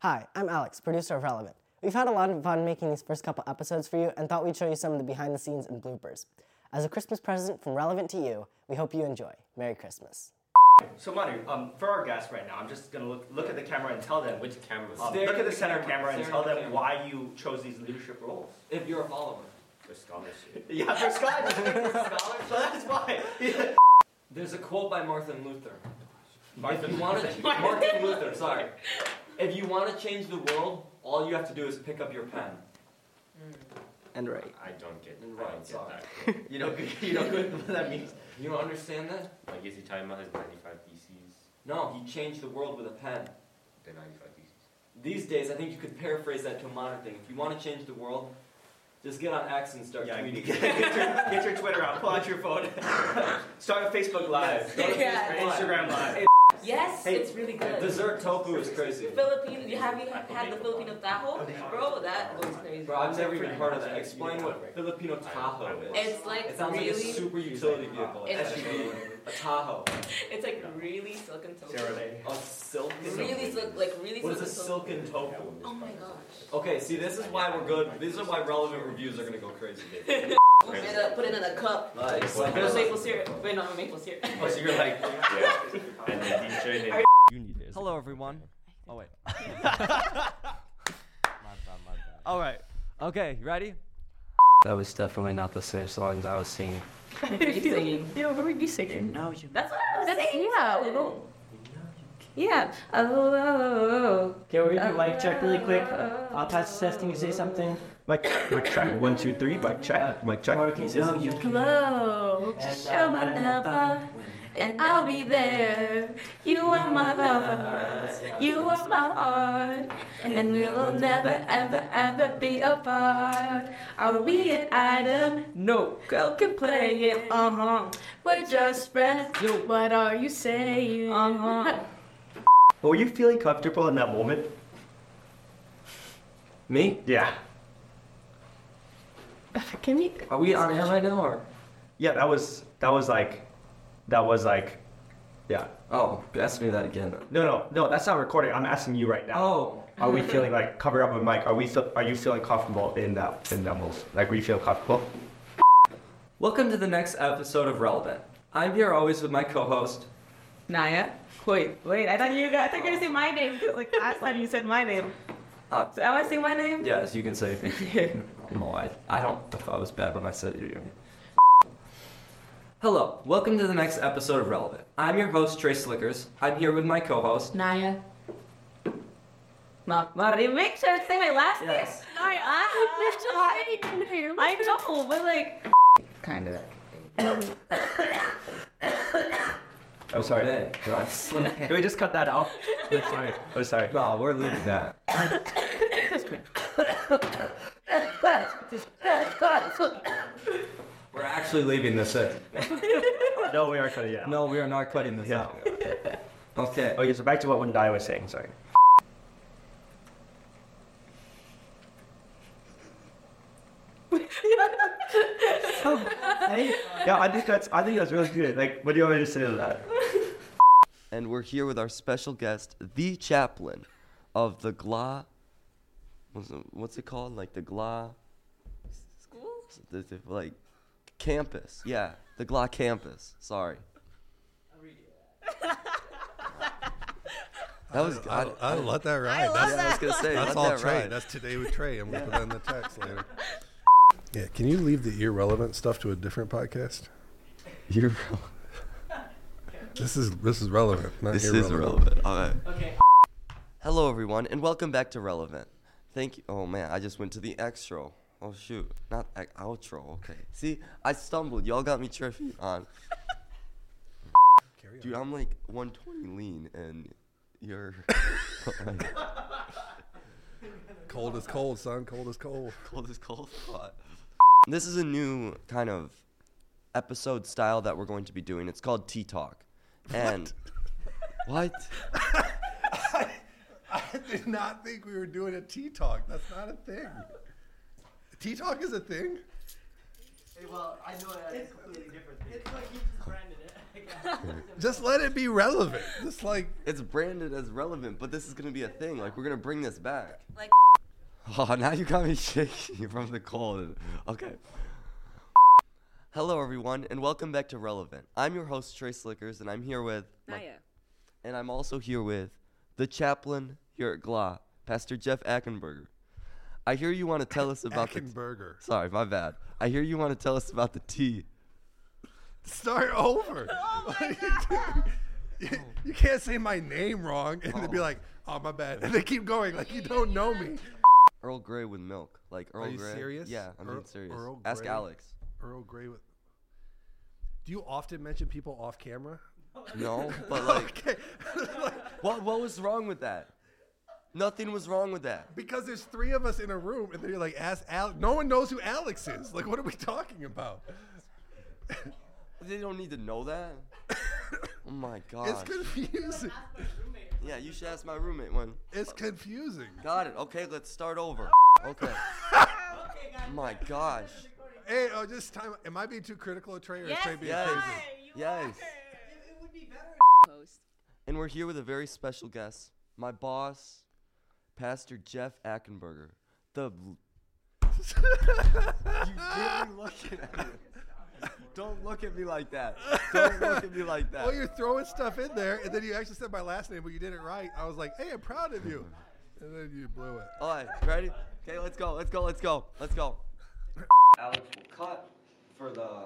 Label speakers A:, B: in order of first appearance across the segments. A: Hi, I'm Alex, producer of Relevant. We've had a lot of fun making these first couple episodes for you and thought we'd show you some of the behind the scenes and bloopers. As a Christmas present from Relevant to you, we hope you enjoy. Merry Christmas.
B: So Manu, um, for our guests right now, I'm just gonna look look at the camera and tell them which.
C: camera?
B: Um,
D: Stare
B: look
D: at
B: at the
D: the
B: center
D: camera,
B: camera and
D: stare
B: tell
D: at the
B: them
D: camera.
B: why you chose these leadership roles.
D: If you're a follower.
C: For scholarship.
B: Yeah, for Scott, just pick the scholar, so that's why.
D: There's a quote by Martin Luther. If
B: Martin,
D: you want to, Martin Luther, sorry. If you want to change the world, all you have to do is pick up your pen.
B: and right.
C: I don't get.
D: And
C: I
D: right,
C: don't get
D: sorry.
C: that.
B: You know, you know what that means.
D: You don't understand that?
C: Like, is he talking about his 95 theses?
D: No, he changed the world with a pen.
C: The 95 theses.
D: These days, I think you could paraphrase that to a modern thing. If you want to change the world, just get on X and start
B: Yeah,
D: tweeting.
B: get, get your, get your Twitter out, pull out your phone, start a Facebook Live,
D: Yes.
E: Yeah.
B: go to Instagram Live.
E: Yes,
B: Hey,
E: it's really good.
D: Dessert tofu is crazy.
E: Filipino, you have you had the Filipino taho? Bro, that was crazy.
D: Bro, I've never even heard of that. Explain what Filipino Tahoe is.
E: It's like
D: It sounds like
E: really,
D: a super utility vehicle, an
E: It's-
D: SUV, a Tahoe,
E: it's like really silken
B: Sarah
E: tofu.
B: Day.
D: a silken.
E: Really silk, like really
D: What is
E: silken
D: a
E: tofu.
D: silken tofu?
E: Oh my gosh.
D: Okay, see, this is why we're good. These are why relevant reviews are gonna go crazy.
E: Put it in a- Put it in a cup.
D: Nice.
C: Like,
E: With
D: there's
E: maple syrup. Wait, not maple syrup.
B: Oh, so you're like,
C: Yeah. And the teacher and then you need it.
D: Hello, everyone. Oh wait.
F: All right.
D: Okay, you ready?
G: That was definitely not the same songs I was singing.
E: You're singing.
H: Yeah, what were you singing? No, you.
E: That's what I was
H: That's,
E: saying.
H: yeah, we don't. Yeah. Oh, oh, oh, oh.
F: Okay, we're gonna do mic check really quick.
H: Uh,
F: Podcast testing. Say something.
I: Mic, mic check. One, two, three. Mic check. Mic check.
F: Or can you say something?
H: Hello. Show my lover, and I'll be there. You are my lover. You are my heart, and we will never, ever, ever be apart. Are we an item? No. Girl can play it. Uh huh. We're just friends. What are you saying? Uh huh.
I: Were you feeling comfortable in that moment?
G: Me?
I: Yeah.
H: Can you?
G: Are we on air right now or?
I: Yeah, that was that was like, that was like, yeah.
G: Oh, ask me that again.
I: No, no, no. That's not recording. I'm asking you right now.
G: Oh.
I: Are we feeling like cover up a mic? Are we? Feel, are you feeling comfortable in that in that moment? Like, were you feel comfortable?
G: Welcome to the next episode of Relevant. I'm here always with my co-host.
H: Naya? Wait, wait, I thought you got, I thought you were gonna say my name, 'cause, like last time you said my name.
G: Uh,
H: So am I saying my name?
G: yes, you can say. no, I, I don't know if I was bad when I said you. Hello. Welcome to the next episode of Relevant. I'm your host Trey Slickers. I'm here with my co-host.
H: Naya. Ma- Maria, make sure to say my last
G: Yes.
H: name. Naya, I have here. I know, but like. Kind of.
G: Oh,
I: I'm sorry.
G: Hey, guys.
I: Can we just cut that out? I'm sorry. I'm sorry.
G: No, we're leaving that. We're actually leaving this in.
I: No, we are cutting it out.
G: No, we are not cutting this
I: Yeah. Oh,
G: out. Okay.
I: Okay, so back to what Wendai was saying. Sorry. Yeah, I think that's I think that's really good. Like, what do you want me to say to that?
J: and we're here with our special guest, the chaplain of the GLA. What's it, what's it called? Like the GLA. the- the- Like campus. Yeah, the GLA campus. Sorry. That was I,
K: I let that ride.
J: I
K: that's,
J: was gonna say
K: that's
J: let
K: all
J: that
K: Trey.
J: ride.
K: That's today with Trey. I'm gonna put that in the text later. Yeah, can you leave the irrelevant stuff to a different podcast?
J: You're,
K: This is this is relevant, not
J: this
K: irrelevant.
J: is relevant. All right. Hello everyone, and welcome back to Relevant. Thank you. Oh man, I just went to the extra. Oh shoot, not ex- outro. Okay. See, I stumbled. Y'all got me tripping on.
K: Carry
J: Dude, I'm like 120 lean, and you're
K: Cold is cold, son. Cold is cold.
J: cold as cold. Hot. This is a new kind of episode style that we're going to be doing. It's called Tea Talk. And what?
K: I did not think we were doing a tea talk. That's not a thing. Tea talk is a thing.
I: well, I know that's it's, completely different. It's like you just branded it. I guess.
K: Just let it be relevant. Just like
J: it's branded as relevant, but this is gonna be a thing. Like we're gonna bring this back.
L: Like.
J: Oh, now you got me shaking from the cold. Okay. Hello, everyone, and welcome back to Relevant. I'm your host Trey Slickers, and I'm here with my-
H: Naya.
J: and I'm also here with the chaplain here at GLA, Pastor Jeff Ackenberger. I hear you want to tell us about
K: Ackenberger.
J: the sorry, my bad. I hear you want to tell us about the tea.
K: Start over. you, you can't say my name wrong and then be like, oh, my bad. And they keep going like you don't know me.
J: Earl Grey with milk, like Earl
K: Are you
J: Grey.
K: serious?
J: Yeah, I'm
K: Earl-
J: being serious.
K: Earl
J: Ask
K: Grey?
J: Alex.
K: Earl Grey with. Do you often mention people off camera?
J: No, but like, what what was wrong with that? Nothing was wrong with that.
K: Because there's three of us in a room, and they're like, "Ask Alex." No one knows who Alex is. Like, what are we talking about?
J: They don't need to know that. oh my god.
K: It's confusing.
J: Yeah, you should ask my roommate when.
K: It's confusing.
J: Got it. Okay, let's start over. Okay. my gosh.
K: Hey, oh, just time. Am I being too critical of Trey or is
H: Yes,
K: Trey being
J: Yes.
K: crazy?
J: Yes.
H: It would be better. Post.
J: And we're here with a very special guest, my boss, Pastor Jeff Ackenberger. The you get me looking at me. Don't look at me like that. Don't look at me like that.
K: Well, you're throwing stuff in there, and then you actually said my last name, but you did it right. I was like, "Hey, I'm proud of you," and then you blew it.
J: All right, ready? Okay, let's go. Let's go. Let's go. Let's go. Alex will cut for the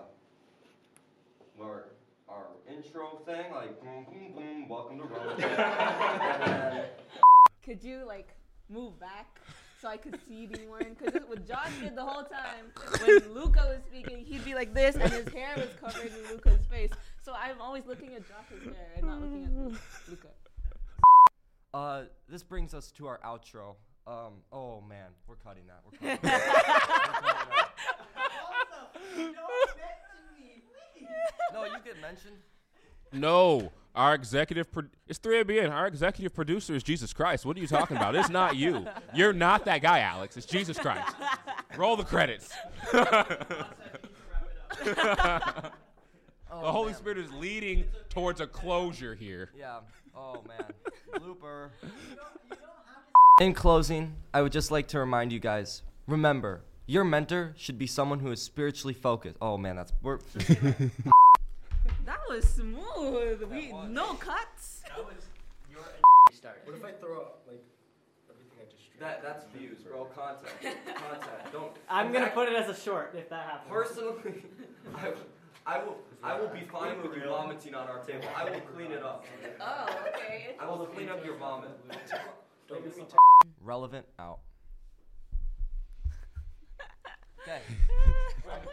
J: our, our intro thing, like boom, boom, boom. Welcome to Rome.
H: Could you like move back so I could see you wearing? Because what Josh did the whole time when Luca was speaking, he'd be like this, and his hair was covered in Luca's face. So I'm always looking at Josh's hair and not looking at Lu- Luca.
G: Uh, this brings us to our outro. Um, oh man, we're cutting that. We're cutting that. no, you get mentioned.
M: No, our executive pro- it's 3ABN. Our executive producer is Jesus Christ. What are you talking about? It's not you. You're not that guy, Alex. It's Jesus Christ. Roll the credits. the Holy
G: man.
M: Spirit is leading towards a closure here.
G: Yeah. Oh man. Blooper. In closing, I would just like to remind you guys: remember, your mentor should be someone who is spiritually focused. Oh man, that's we're.
H: That was smooth. we no cuts.
I: What if I throw up like everything I just?
G: That, that's views, bro. Content. Content. Don't.
I: I'm gonna
G: Back-
I: put it as a short if that happens.
G: Personally, I, w- I will. I will be fine with you vomiting on our table. I will clean it up.
L: Oh, okay.
G: I will clean up your vomit. Relevant out. Okay.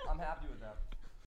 G: I'm happy with that.